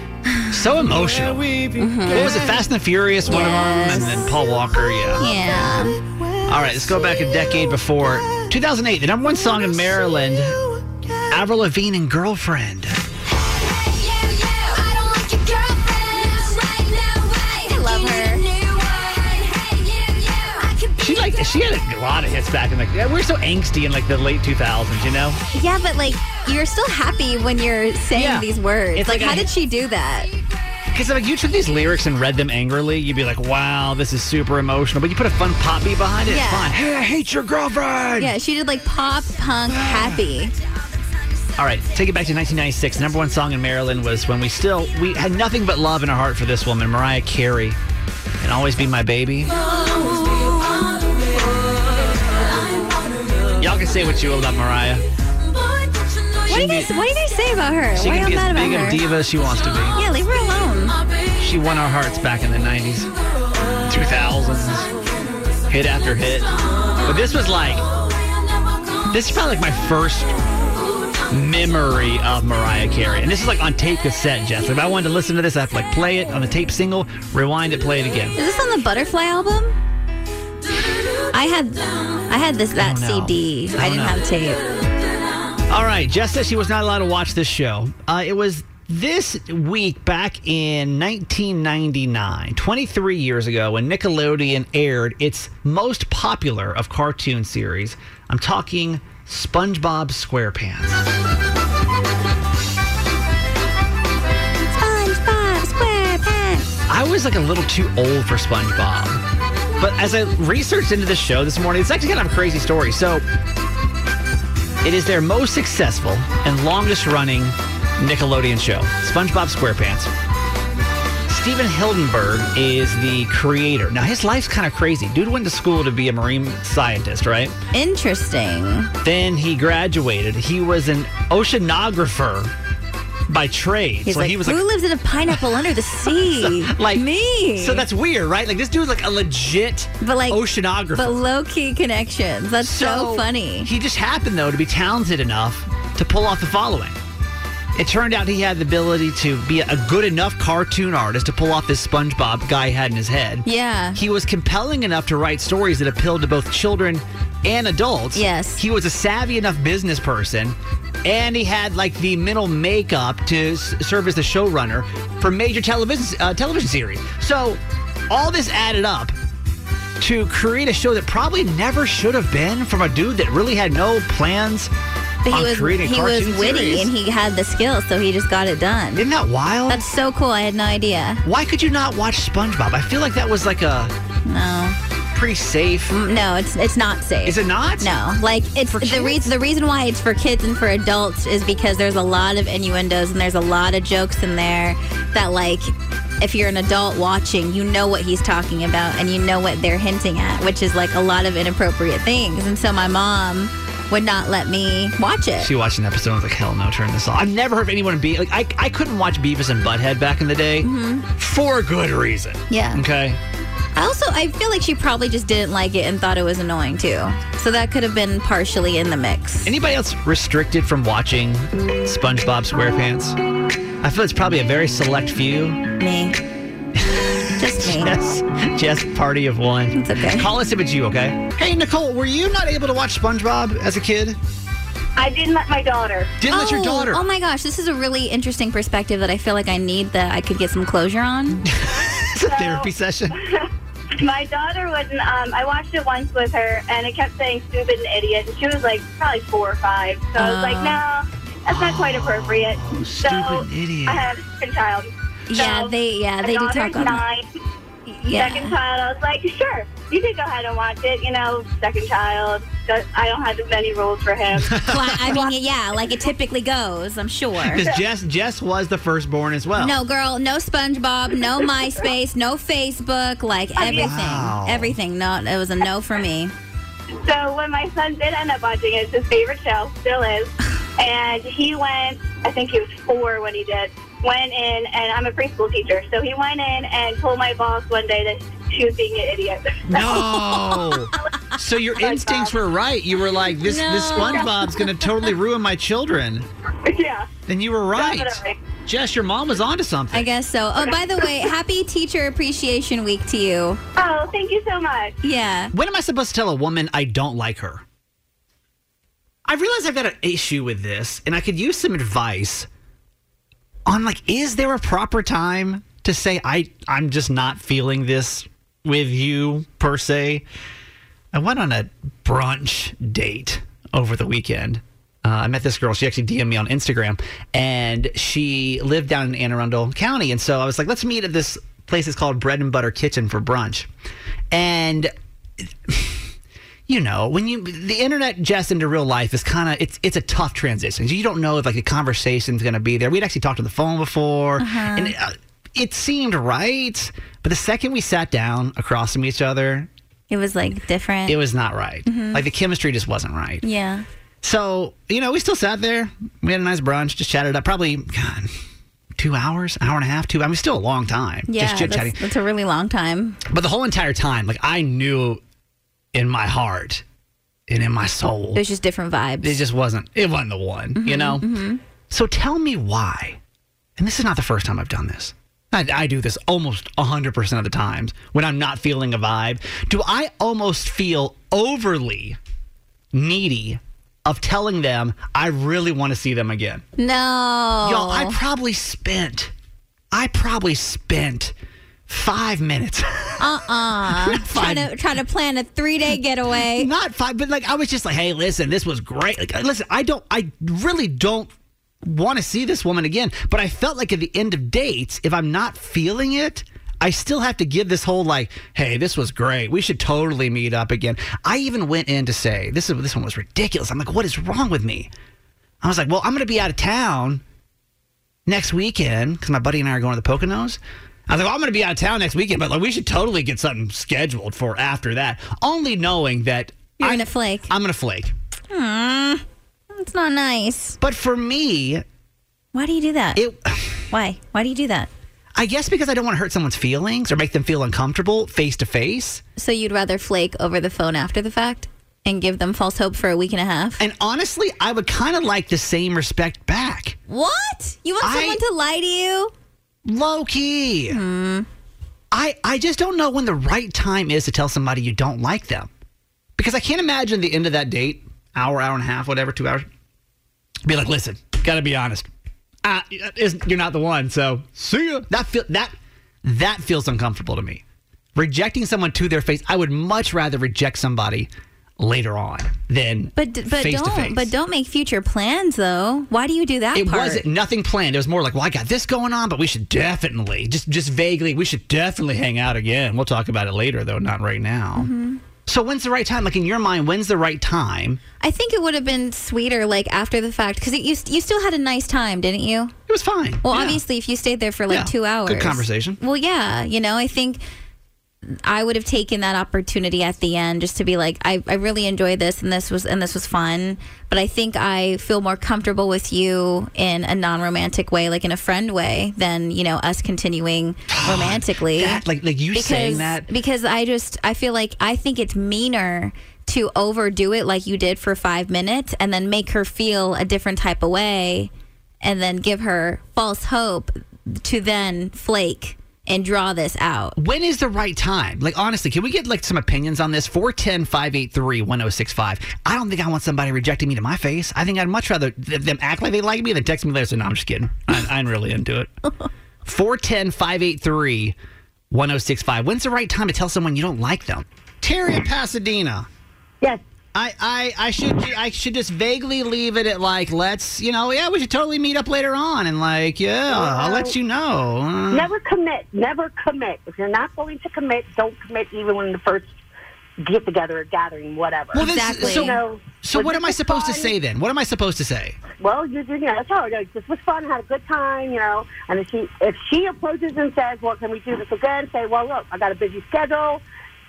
Speaker 6: So emotional. What was it? Fast and the Furious, one of them, and then Paul Walker. Yeah.
Speaker 7: Yeah.
Speaker 6: All right, let's go back a decade before 2008. The number one song in Maryland, Avril Lavigne and Girlfriend.
Speaker 7: I love her.
Speaker 6: She like she had a lot of hits back in like yeah, we we're so angsty in like the late 2000s, you know.
Speaker 7: Yeah, but like, you're still happy when you're saying these words.
Speaker 6: It's
Speaker 7: like,
Speaker 6: like
Speaker 7: how
Speaker 6: a-
Speaker 7: did she do that?
Speaker 6: Because like you took these lyrics and read them angrily, you'd be like, "Wow, this is super emotional." But you put a fun pop beat behind it. It's
Speaker 7: Yeah.
Speaker 6: fine. Hey, I hate your girlfriend.
Speaker 7: Yeah, she did like pop, punk, happy.
Speaker 6: All right, take it back to 1996. The number one song in Maryland was when we still we had nothing but love in our heart for this woman, Mariah Carey, and "Always Be My Baby." Y'all can say what you will about Mariah.
Speaker 7: What do you guys? What do you guys say about her?
Speaker 6: She
Speaker 7: Why
Speaker 6: can
Speaker 7: are
Speaker 6: be
Speaker 7: you
Speaker 6: as
Speaker 7: mad
Speaker 6: big
Speaker 7: about
Speaker 6: of a
Speaker 7: her?
Speaker 6: diva as she wants to be.
Speaker 7: yeah, leave her alone.
Speaker 6: She won our hearts back in the 90s, 2000s, hit after hit. But this was like, this is probably like my first memory of Mariah Carey. And this is like on tape cassette, Jess. If I wanted to listen to this, I have to like play it on the tape single, rewind it, play it again.
Speaker 7: Is this on the Butterfly album? I had, I had this that CD. I, didn't have tape.
Speaker 6: All right, Jess says she was not allowed to watch this show. Uh, it was this week back in 1999, 23 years ago, when Nickelodeon aired its most popular of cartoon series. I'm talking SpongeBob SquarePants.
Speaker 7: SpongeBob SquarePants.
Speaker 6: I was like a little too old for SpongeBob. But as I researched into the show this morning, it's actually kind of a crazy story. So it is their most successful and longest running Nickelodeon show, SpongeBob SquarePants. Steven Hildenberg is the creator. Now, his life's kind of crazy. Dude went to school to be a marine scientist, right?
Speaker 7: Interesting.
Speaker 6: Then he graduated. He was an oceanographer by trade.
Speaker 7: He's
Speaker 6: so
Speaker 7: like,
Speaker 6: he was
Speaker 7: who
Speaker 6: like
Speaker 7: lives in a pineapple under the sea?
Speaker 6: like
Speaker 7: me.
Speaker 6: So that's weird, right? Like this dude's like a legit
Speaker 7: but like
Speaker 6: oceanographer.
Speaker 7: but low key connections. That's so, funny.
Speaker 6: He just happened though to be talented enough to pull off the following. It turned out he had the ability to be a good enough cartoon artist to pull off this SpongeBob guy had in his head.
Speaker 7: Yeah.
Speaker 6: He was compelling enough to write stories that appealed to both children and adults.
Speaker 7: Yes.
Speaker 6: He was a savvy enough business person. And he had like the mental makeup to s- serve as the showrunner for major television uh, television series. So all this added up to create a show that probably never should have been from a dude that really had no plans
Speaker 7: But
Speaker 6: on
Speaker 7: he was
Speaker 6: creating a
Speaker 7: he was
Speaker 6: cartoon
Speaker 7: witty
Speaker 6: series.
Speaker 7: and he had the skills, so he just got it done.
Speaker 6: Isn't that wild?
Speaker 7: That's so cool. I had no idea.
Speaker 6: Why could you not watch SpongeBob? I feel like that was like a
Speaker 7: No.
Speaker 6: pretty safe.
Speaker 7: Mm, No, it's it's not safe.
Speaker 6: Is it not?
Speaker 7: No, like it's the reason the reason why it's for kids and for adults is because there's a lot of innuendos and there's a lot of jokes in there that like if you're an adult watching, you know what he's talking about and you know what they're hinting at, which is like a lot of inappropriate things. And so my mom would not let me watch it.
Speaker 6: She watched an episode and was like, hell no, turn this off. I've never heard of anyone be like, I, I couldn't watch Beavis and Butthead back in the day for good reason.
Speaker 7: Mm-hmm. Yeah.
Speaker 6: Okay.
Speaker 7: I also I feel like she probably just didn't like it and thought it was annoying too. So that could have been partially in the mix.
Speaker 6: Anybody else restricted from watching SpongeBob SquarePants? I feel it's probably a very select few.
Speaker 7: Me. Just me.
Speaker 6: Yes. Just party of one. It's
Speaker 7: okay.
Speaker 6: Call us if it's you, okay? Hey, Nicole, were you not able to watch SpongeBob as a kid?
Speaker 9: I didn't let my daughter.
Speaker 6: Didn't let your
Speaker 7: Oh,
Speaker 6: daughter.
Speaker 7: Oh my gosh, this is a really interesting perspective that I feel like I need that I could get some closure on.
Speaker 6: It's a therapy session.
Speaker 9: My daughter wouldn't. Um, I watched it once with her, and it kept saying "stupid" and "idiot," and she was like probably four or five. So I was like,
Speaker 7: Uh.
Speaker 9: no, that's not quite appropriate. so
Speaker 6: Oh, stupid idiot.
Speaker 9: I have a second child.
Speaker 7: Yeah,
Speaker 9: So
Speaker 7: they yeah
Speaker 9: my
Speaker 7: they do
Speaker 9: daughter's
Speaker 7: talk on that.
Speaker 9: nine.
Speaker 7: Yeah.
Speaker 9: Second child, I was like, sure, you can go ahead and watch it. You know, second child. I don't have as many rules for him.
Speaker 7: I mean, yeah, like it typically goes, I'm sure.
Speaker 6: Because Jess, Jess was the firstborn as well.
Speaker 7: No, girl, no SpongeBob, no MySpace, no Facebook, like everything.
Speaker 6: Wow.
Speaker 7: Everything. No, it was a no for me.
Speaker 9: So when my son did end up watching it, it's his favorite show, still is. And he went, I think he was four when he did, went in, and I'm a preschool teacher. So he went in and told my boss one day that she was being an idiot.
Speaker 6: No. so your instincts were right. You were like, this this
Speaker 9: No.
Speaker 6: SpongeBob's going to totally ruin my children.
Speaker 9: Yeah.
Speaker 6: Then you were right.
Speaker 7: Definitely.
Speaker 6: Jess, your mom was onto something.
Speaker 7: I guess so. Oh, by the way, happy Teacher Appreciation Week to you.
Speaker 9: Oh, thank you so much.
Speaker 7: Yeah.
Speaker 6: When am I supposed to tell a woman I don't like her? I realize I've got an issue with this, and I could use some advice on like, is there a proper time to say I I'm just not feeling this with you per se? I went on a brunch date over the weekend. Uh, I met this girl. She actually DM'd me on Instagram, and she lived down in Anne Arundel County. And so I was like, let's meet at this place. It's called Bread and Butter Kitchen for brunch. And you know, when you the internet just into real life is kind of it's it's a tough transition. You don't know if like the conversation's going to be there. We'd actually talked on the phone before, and it, uh, it seemed right. But the second we sat down across from each other,
Speaker 7: It was like different.
Speaker 6: it was not right.
Speaker 7: Mhm.
Speaker 6: Like the chemistry just wasn't right.
Speaker 7: Yeah.
Speaker 6: So you know, we still sat there. We had a nice brunch, just chatted up. Probably God, two hours, hour and a half, two. I mean, still a long time.
Speaker 7: Yeah.
Speaker 6: just chit
Speaker 7: That's,
Speaker 6: chatting.
Speaker 7: that's a really long time.
Speaker 6: But the whole entire time, like I knew in my heart and in my soul,
Speaker 7: There's just different vibes.
Speaker 6: it just wasn't. It wasn't the one, you
Speaker 7: Mhm,
Speaker 6: know.
Speaker 7: mhm.
Speaker 6: So tell me why. And this is not the first time I've done this. I, I do this almost 100% of the times when I'm not feeling a vibe. Do I almost feel overly needy of telling them I really want to see them again?
Speaker 7: No.
Speaker 6: Y'all, I probably spent, I probably spent five minutes.
Speaker 7: Uh-uh. trying to trying to plan a three day getaway.
Speaker 6: Not five, but like I was just like, hey, listen, this was great. Like, listen, I don't, I really don't want to see this woman again. But I felt like at the end of dates, if I'm not feeling it, I still have to give this whole like, hey, this was great. We should totally meet up again. I even went in to say this is this one was ridiculous. I'm like, what is wrong with me? I was like, well, I'm going to be out of town next weekend because my buddy and I are going to the Poconos. I was like, well, I'm going to be out of town next weekend, but like, we should totally get something scheduled for after that. Only knowing that
Speaker 7: You're gonna flake.
Speaker 6: I'm going to flake.
Speaker 7: Aw, Hmm. That's not nice.
Speaker 6: But for me,
Speaker 7: why do you do that?
Speaker 6: It,
Speaker 7: why? Why do you do that?
Speaker 6: I guess because I don't want to hurt someone's feelings or make them feel uncomfortable face to face.
Speaker 7: So you'd rather flake over the phone after the fact and give them false hope for a week and a half?
Speaker 6: And honestly, I would kind of like the same respect back.
Speaker 7: What? You want someone to lie to you? Hmm.
Speaker 6: Low key. I I just don't know when the right time is to tell somebody you don't like them. Because I can't imagine the end of that date, hour, hour and a half, whatever, two hours, be like, listen, gotta be honest. Uh, isn't- you're not the one, so see ya. That feel that that feels uncomfortable to me. Rejecting someone to their face, I would much rather reject somebody later on than
Speaker 7: But d- but
Speaker 6: face
Speaker 7: don't
Speaker 6: to face.
Speaker 7: but don't make future plans though. Why do you do that
Speaker 6: It
Speaker 7: part?
Speaker 6: wasn't nothing planned. It was more like, well, I got this going on, but we should definitely just just vaguely, we should definitely hang out again. We'll talk about it later, though, not right now.
Speaker 7: Mm-hmm.
Speaker 6: So when's the right time? Like in your mind, when's the right time?
Speaker 7: I think it would have been sweeter, like after the fact, because you you still had a nice time, didn't you?
Speaker 6: It was fine.
Speaker 7: Well, obviously, if you stayed there for like
Speaker 6: Yeah.
Speaker 7: two hours,
Speaker 6: Good conversation.
Speaker 7: Well, yeah, you know, I think I would have taken that opportunity at the end just to be like, I, I really enjoyed this, and this was and this was fun, but I think I feel more comfortable with you in a non romantic way, like in a friend way, than you know us continuing romantically.
Speaker 6: That- like like you saying that.
Speaker 7: because I just I feel like I think it's meaner to overdo it like you did for five minutes and then make her feel a different type of way and then give her false hope to then flake and draw this out.
Speaker 6: When is the right time? Like honestly, can we get like some opinions on this? 410-583-1065. I don't think I want somebody rejecting me to my face. I think I'd much rather th- them act like they like me than text me later. So no, I'm just kidding. I, I'm really into it. 410-583-1065. When's the right time to tell someone you don't like them? Terry in Pasadena.
Speaker 14: Yes.
Speaker 6: I, I, I should I should just vaguely leave it at like let's you know yeah we should totally meet up later on and like yeah I'll let you know Uh,
Speaker 14: Never commit. Never commit. If you're not willing to commit, don't commit even when the first
Speaker 10: get together, gathering, whatever.
Speaker 6: Well, then, so,
Speaker 10: You know,
Speaker 6: so
Speaker 10: but
Speaker 6: what
Speaker 10: this
Speaker 6: am I
Speaker 10: is
Speaker 6: supposed to
Speaker 10: fun.
Speaker 6: say then? What am I supposed to say?
Speaker 10: Well, you, you know, that's all. You know, this was fun. Had a good time, you know. And if she if she approaches and says, "Well, can we do this again?" Say, "Well, look, I got a busy schedule.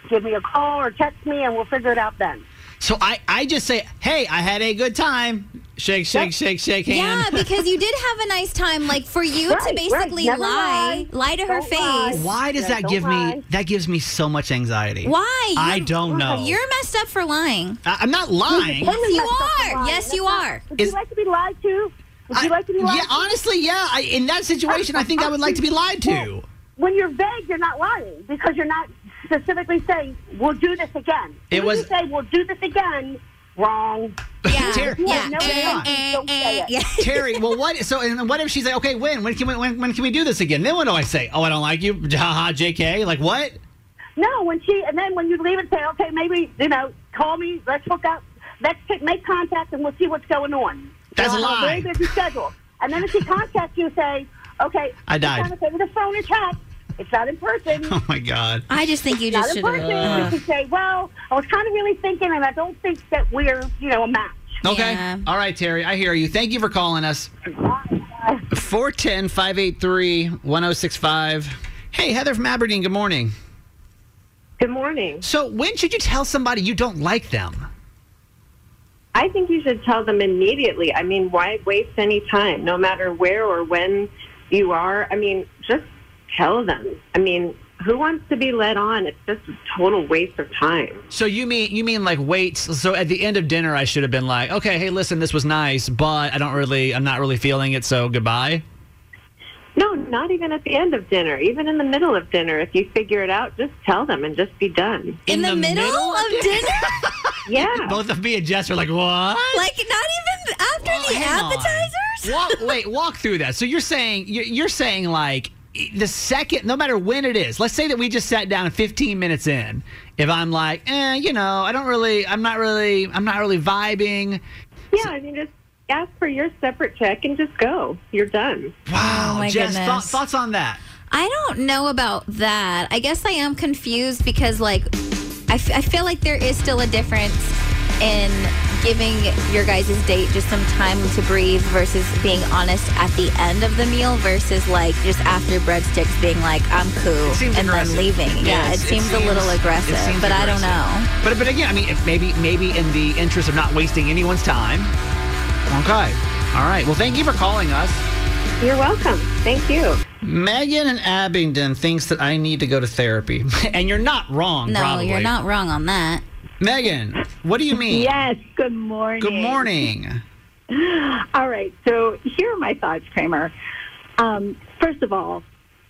Speaker 10: Give me a call or text me, and we'll figure it out then."
Speaker 6: So I, I just say, hey, I had a good time. Shake, shake, shake, shake hand.
Speaker 7: Yeah, because you did have a nice time. Like for you
Speaker 10: Right,
Speaker 7: to
Speaker 10: right.
Speaker 7: basically
Speaker 10: Never
Speaker 7: lie, lie to her
Speaker 10: Don't
Speaker 7: face.
Speaker 10: lie.
Speaker 6: Why does that give me that gives me so much anxiety?
Speaker 7: Why?
Speaker 6: I
Speaker 7: You're-
Speaker 6: don't know.
Speaker 7: You're messed up for lying.
Speaker 6: I, I'm not lying.
Speaker 7: Yes, you are. Yes, you are.
Speaker 10: Would you like to be lied to? Would you like to be lied
Speaker 6: yeah,
Speaker 10: to?
Speaker 6: honestly, yeah. I, in that situation, I think I would like to be lied to.
Speaker 10: When you're vague, you're not lying because you're not specifically saying, "We'll do this again."
Speaker 6: It
Speaker 10: When
Speaker 6: was-
Speaker 10: you say, "We'll do this again," wrong.
Speaker 6: Ter-
Speaker 10: yeah, no, don't say it.
Speaker 6: Terry, well, what? So, and what if she's like, okay, when? When can we? When, when can we do this again? Then what do I say? Oh, I don't like you. Haha, Jk. Like what?
Speaker 10: No, when she and then when you leave and say, okay, maybe you know, call me. Let's hook up. Let's take, make contact, and we'll see what's going on.
Speaker 6: That's
Speaker 10: You know,
Speaker 6: a
Speaker 10: I have
Speaker 6: lie.
Speaker 10: Very busy schedule. And then if she contacts you, say, okay,
Speaker 6: I
Speaker 10: it's
Speaker 6: died.
Speaker 10: on the- With a phone or text, it's not in person.
Speaker 6: Oh my god.
Speaker 7: I just think you
Speaker 10: It's
Speaker 7: just uh,
Speaker 10: not in person.
Speaker 7: should
Speaker 10: You
Speaker 7: have.
Speaker 10: can say, well, I was kind of really thinking, and I don't think that we're, you know, a match.
Speaker 6: Okay. All right, Terry. I hear you. Thank you for calling us. 410 583 1065. Hey, Heather from Aberdeen. Good morning.
Speaker 14: Good morning.
Speaker 6: So, when should you tell somebody you don't like them?
Speaker 14: I think you should tell them immediately. I mean, why waste any time, no matter where or when you are? I mean, just tell them. I mean, who wants to be led on? It's just a total waste of time.
Speaker 6: So you mean you mean like wait? So at the end of dinner, I should have been like, okay, hey, listen, this was nice, but I don't really, I'm not really feeling it. So goodbye.
Speaker 14: No, not even at the end of dinner, even in the middle of dinner. If you figure it out, just tell them and just be done.
Speaker 7: In, the, middle, of dinner?
Speaker 14: Yeah.
Speaker 6: Both of me and Jess are like, what?
Speaker 7: like not even after the
Speaker 6: Hang on.
Speaker 7: appetizers?
Speaker 6: walk, wait, walk through that. So you're saying you're, you're saying like e, the second, no matter when it is. Let's say that we just sat down 15 minutes in. If I'm like, eh, you know, I don't really, I'm not really, I'm not really vibing.
Speaker 14: Yeah, I mean, just ask for your separate check and just go. You're done.
Speaker 6: Wow,
Speaker 7: Oh my
Speaker 6: Jess,
Speaker 7: goodness.
Speaker 6: thought- thoughts on that?
Speaker 7: I don't know about that. I guess I am confused because, like, I, f- I feel like there is still a difference in giving your guys' date just some time to breathe versus being honest at the end of the meal versus, like, just after breadsticks being like, I'm cool,
Speaker 6: seems
Speaker 7: and
Speaker 6: aggressive.
Speaker 7: then leaving. Yeah,
Speaker 6: Yes,
Speaker 7: it,
Speaker 6: it
Speaker 7: seems, a little
Speaker 6: seems- it
Speaker 7: aggressive,
Speaker 6: seems
Speaker 7: but I don't
Speaker 6: aggressive.
Speaker 7: know.
Speaker 6: But but again, I mean, if maybe maybe in the interest of not wasting anyone's time. Okay. All right. Well, thank you for calling us.
Speaker 14: You're welcome. Thank you.
Speaker 6: Megan in Abingdon thinks that I need to go to therapy, and you're not wrong.
Speaker 7: No,
Speaker 6: probably.
Speaker 7: you're not wrong on that.
Speaker 6: Megan, what do you mean?
Speaker 15: Yes, good morning.
Speaker 6: Good morning.
Speaker 15: All right, so here are my thoughts, Kramer. Um, first of all,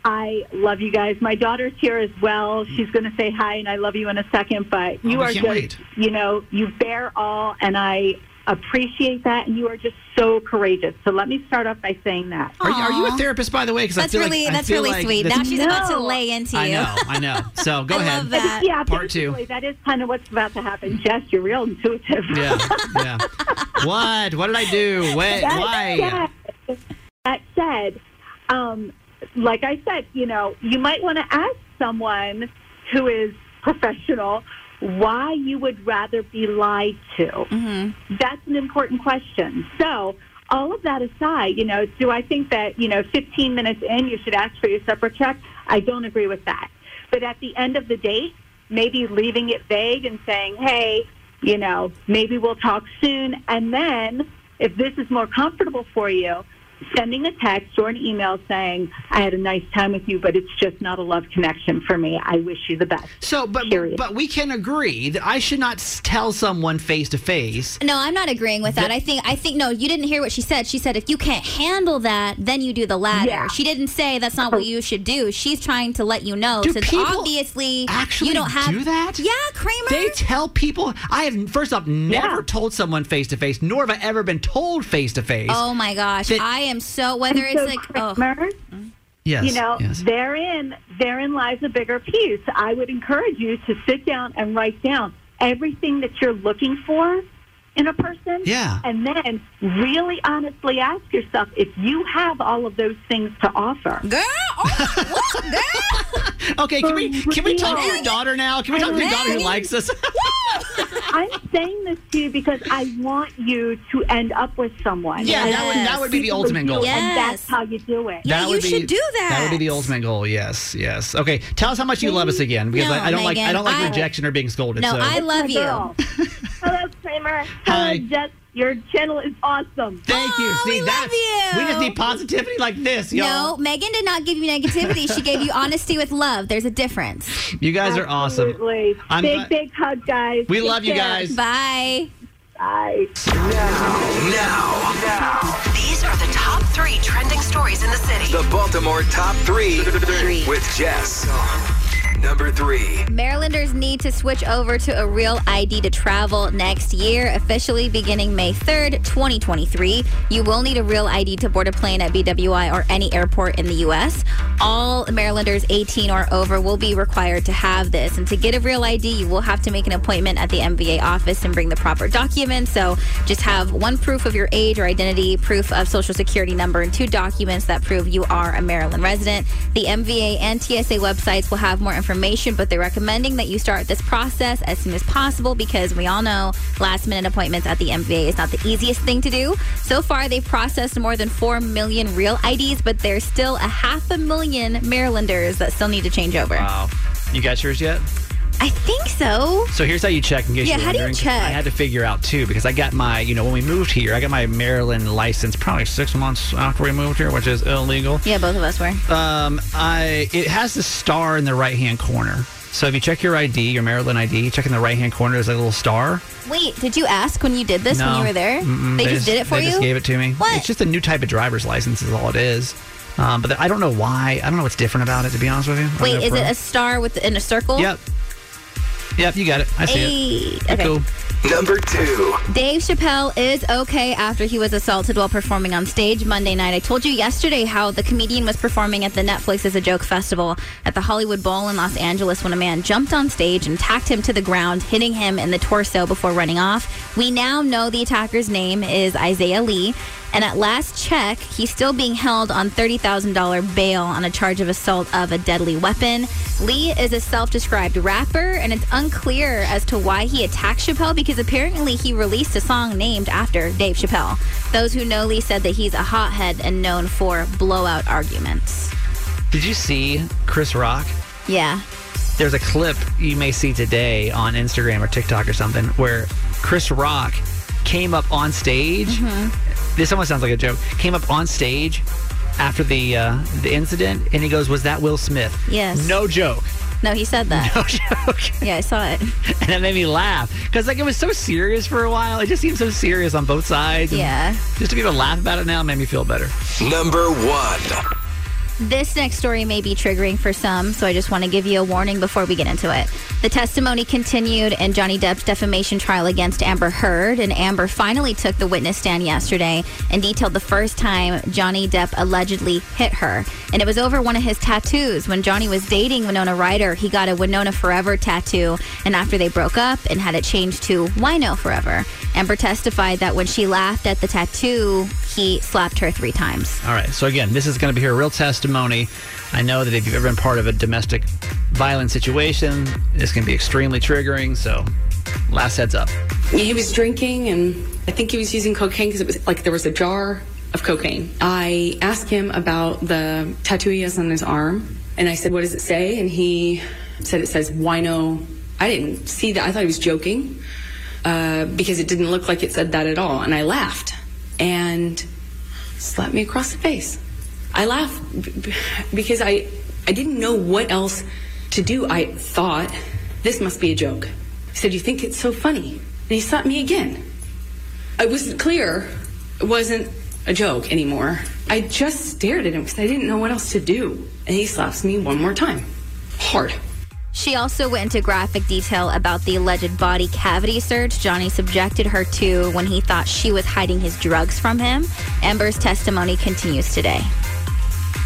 Speaker 15: I love you guys. My daughter's here as well. She's going to say hi and I love you in a second, but you
Speaker 16: Oh, I
Speaker 15: are
Speaker 16: can't
Speaker 15: just,
Speaker 16: wait.
Speaker 15: you know, you bear all, and I appreciate that, and you are just so courageous. So let me start off by saying that.
Speaker 6: Are you, are you a therapist, by the way? 'Cause I
Speaker 7: That's
Speaker 6: feel
Speaker 7: really-
Speaker 6: like, I
Speaker 7: that's
Speaker 6: feel
Speaker 7: really
Speaker 6: like
Speaker 7: sweet.
Speaker 6: that's-
Speaker 7: Now she's about to lay into
Speaker 6: I
Speaker 7: you.
Speaker 6: know, I know. So go ahead.
Speaker 15: Yeah,
Speaker 6: part two.
Speaker 15: basically, that is kind of what's about to happen. Jess, you're real intuitive.
Speaker 6: Yeah, yeah. what? What did I do? What?
Speaker 15: That
Speaker 6: Why?
Speaker 15: said- that said, um, like I said, you know, you might want to ask someone who is professional why you would rather be lied to. That's an important question. So, all of that aside, you know, do I think that, you know, 15 minutes in, you should ask for your separate check? I don't agree with that. But at the end of the date, maybe leaving it vague and saying, hey, you know, maybe we'll talk soon. And then if this is more comfortable for you, sending a text or an email saying, I had a nice time with you, but it's just not a love connection for me. I wish you the best.
Speaker 6: So, but but we can agree that I should not s- tell someone face to face.
Speaker 7: No, I'm not agreeing with that. I think I think no, you didn't hear what she said. She said if you can't handle that, then you do the latter.
Speaker 6: Yeah.
Speaker 7: She didn't say that's not what you should do. She's trying to let you know
Speaker 6: Do
Speaker 7: since
Speaker 6: people
Speaker 7: obviously
Speaker 6: Actually,
Speaker 7: you don't have
Speaker 6: do that.
Speaker 7: Yeah, Kramer.
Speaker 6: They tell people. I have first off never told someone face to face, nor have I ever been told face to face.
Speaker 7: Oh my gosh. I am so whether it's like oh.
Speaker 6: Yes.
Speaker 15: you know, therein therein lies a bigger piece. I would encourage you to sit down and write down everything that you're looking for in a person.
Speaker 6: Yeah.
Speaker 15: And then really honestly ask yourself if you have all of those things to offer.
Speaker 7: Girl, oh,
Speaker 6: Okay, can we can we talk to your
Speaker 15: Right.
Speaker 6: daughter now? Can we talk to your daughter who
Speaker 15: Right.
Speaker 6: likes us?
Speaker 15: I'm saying this to you because I want you to end up with someone.
Speaker 6: Yeah, that would- that would be the
Speaker 15: People
Speaker 6: ultimate
Speaker 15: do it,
Speaker 6: goal.
Speaker 15: And that's how you do it.
Speaker 6: That would be the ultimate goal. Yes, yes. Okay, tell us how much you love us again, because
Speaker 15: No,
Speaker 6: I, I don't like I
Speaker 15: Megan,
Speaker 6: don't like
Speaker 15: I-
Speaker 6: rejection or being scolded.
Speaker 15: No,
Speaker 6: so.
Speaker 15: I love you.
Speaker 7: Girl.
Speaker 15: Hello, Kramer.
Speaker 6: Hi.
Speaker 15: Hello, Jess. Your channel is awesome. Oh,
Speaker 6: Thank you. See, that's
Speaker 7: you.
Speaker 6: we just need positivity like this, y'all.
Speaker 7: No, Megan did not give you negativity. she gave you honesty with love. There's a difference.
Speaker 6: You guys are awesome. I'm
Speaker 7: big,
Speaker 6: glad-
Speaker 7: big hug, guys.
Speaker 6: We Take love you care. guys.
Speaker 7: Bye.
Speaker 15: Bye.
Speaker 1: Now,
Speaker 12: These are the top three trending stories in the city.
Speaker 1: the Baltimore top three with Jess. Number three.
Speaker 7: Marylanders need to switch over to a real ID to travel next year, officially beginning May 3rd, 2023. You will need a real ID to board a plane at BWI or any airport in the U.S. All Marylanders 18 or over will be required to have this. And to get a real ID, you will have to make an appointment at the MVA office and bring the proper documents. So just have one proof of your age or identity, proof of social security number, and two documents that prove you are a Maryland resident. The MVA and TSA websites will have more information, but they're recommending that you start this process as soon as possible because we all know last minute appointments at the MVA is not the easiest thing to do. So far, they've processed more than 4 million real IDs, but there's still a half a million Marylanders that still need to change over.
Speaker 6: Wow. You got yours yet?
Speaker 7: I think so.
Speaker 6: So here's how you check in case
Speaker 7: Yeah,
Speaker 6: you're
Speaker 7: how do you
Speaker 6: wondering.
Speaker 7: check?
Speaker 6: I had to figure out too because I got my, you know, when we moved here, I got my Maryland license probably six months after we moved here, which is illegal.
Speaker 7: Yeah, both of us were.
Speaker 6: Um, I it has the star in the right hand corner. So if you check your ID, your Maryland ID, check in the right hand corner. There's a little star.
Speaker 7: Wait, did you ask when you did this when you were there?
Speaker 6: Mm-mm.
Speaker 7: they, just did it for
Speaker 6: they
Speaker 7: you?
Speaker 6: just gave it to me.
Speaker 7: What?
Speaker 6: It's just a new type of driver's license, is all it is. Um, but I don't know why. I don't know what's different about it, to be honest with you. I don't
Speaker 7: Wait,
Speaker 6: know
Speaker 7: is
Speaker 6: for-
Speaker 7: it a star with in a circle?
Speaker 6: Yep. Yep, you got it. I see it.
Speaker 7: Hey, okay.
Speaker 6: Cool.
Speaker 1: Number two.
Speaker 7: Dave Chappelle is okay after he was assaulted while performing on stage Monday night. I told you yesterday how the comedian was performing at the Netflix as a Joke Festival at the Hollywood Bowl in Los Angeles when a man jumped on stage and tacked him to the ground, hitting him in the torso before running off. We now know the attacker's name is Isaiah Lee. And at last check, he's still being held on $30,000 bail on a charge of assault of a deadly weapon. Lee is a self described rapper, and it's unclear as to why he attacked Chappelle because apparently he released a song named after Dave Chappelle. Those who know Lee said that he's a hothead and known for blowout arguments.
Speaker 6: Did you see Chris Rock?
Speaker 7: Yeah.
Speaker 6: There's a clip you may see today on Instagram or TikTok or something where Chris Rock came up on stage.
Speaker 7: Mm-hmm.
Speaker 6: This almost sounds like a joke. Came up on stage after the uh, the incident, and he goes, "Was that Will Smith?"
Speaker 7: Yes.
Speaker 6: No joke.
Speaker 7: No, he said that.
Speaker 6: No joke.
Speaker 7: Yeah, I saw it.
Speaker 6: and that made me laugh because like it was so serious for a while. It just seemed so serious on both sides. and
Speaker 7: Yeah.
Speaker 6: Just to be able to laugh about it now made me feel better.
Speaker 1: Number one.
Speaker 7: This next story may be triggering for some, so I just want to give you a warning before we get into it. The testimony continued in Johnny Depp's defamation trial against Amber Heard, and Amber finally took the witness stand yesterday and detailed the first time Johnny Depp allegedly hit her. And it was over one of his tattoos. When Johnny was dating Winona Ryder, he got a Winona Forever tattoo, and after they broke up and had it changed to Wino Forever, Amber testified that when she laughed at the tattoo, he slapped her three times.
Speaker 6: All right. So again, this is going to be her real testimony. I know that if you've ever been part of a domestic violence situation, this can be extremely triggering. So, last heads up.
Speaker 16: He was drinking, and I think he was using cocaine because it was like there was a jar of cocaine. I asked him about the tattoo he has on his arm, and I said, "What does it say?" And he said, "It says wino." I didn't see that. I thought he was joking uh, because it didn't look like it said that at all, and I laughed and slapped me across the face. I laughed b- b- because I I didn't know what else to do. I thought this must be a joke. He said, "You think it's so funny?" And he slapped me again. I was clear. It wasn't a joke anymore. I just stared at him because I didn't know what else to do. And he slaps me one more time. Hard.
Speaker 7: She also went into graphic detail about the alleged body cavity search Johnny subjected her to when he thought she was hiding his drugs from him. Amber's testimony continues today.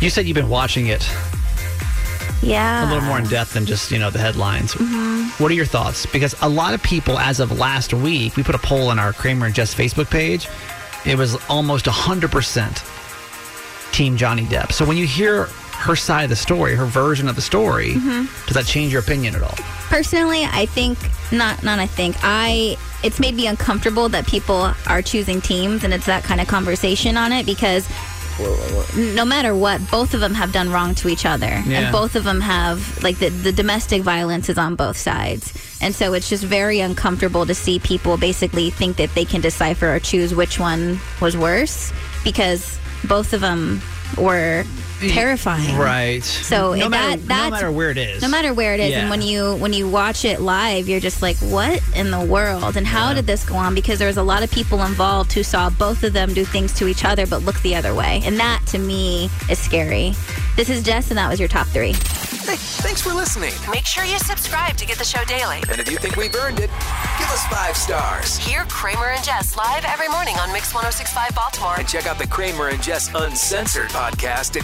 Speaker 6: You said you've been watching it
Speaker 7: Yeah.
Speaker 6: a little more in depth than just you know the headlines.
Speaker 7: Mhm.
Speaker 6: What are your thoughts? Because a lot of people, as of last week, we put a poll on our Kramer and Jess Facebook page. It was almost hundred percent Team Johnny Depp. So when you hear her side of the story, her version of the story,
Speaker 7: Mhm.
Speaker 6: does that change your opinion at all?
Speaker 7: Personally, I think not. Not I think I. It's made me uncomfortable that people are choosing teams, and it's that kind of conversation on it because no matter what, both of them have done wrong to each other,
Speaker 17: Yeah.
Speaker 7: and both of them have like the, the domestic violence is on both sides, and so it's just very uncomfortable to see people basically think that they can decipher or choose which one was worse because both of them were terrifying,
Speaker 6: Right.
Speaker 7: So
Speaker 6: no
Speaker 7: it-
Speaker 6: matter,
Speaker 7: that that's
Speaker 6: no matter where it is,
Speaker 7: no matter where it is,
Speaker 6: Yeah.
Speaker 7: and when you when you watch it live, you're just like, what in the world? And how did this go on? Because there was a lot of people involved who saw both of them do things to each other, but look the other way, and that to me is scary. This is Jess, and that was your top three.
Speaker 12: Hey, thanks for listening. Make sure you subscribe to get the show daily.
Speaker 5: And if you think we've earned it, give us five stars.
Speaker 12: Hear Kramer and Jess live every morning on Mix 1065 Baltimore.
Speaker 5: And check out the Kramer and Jess Uncensored podcast at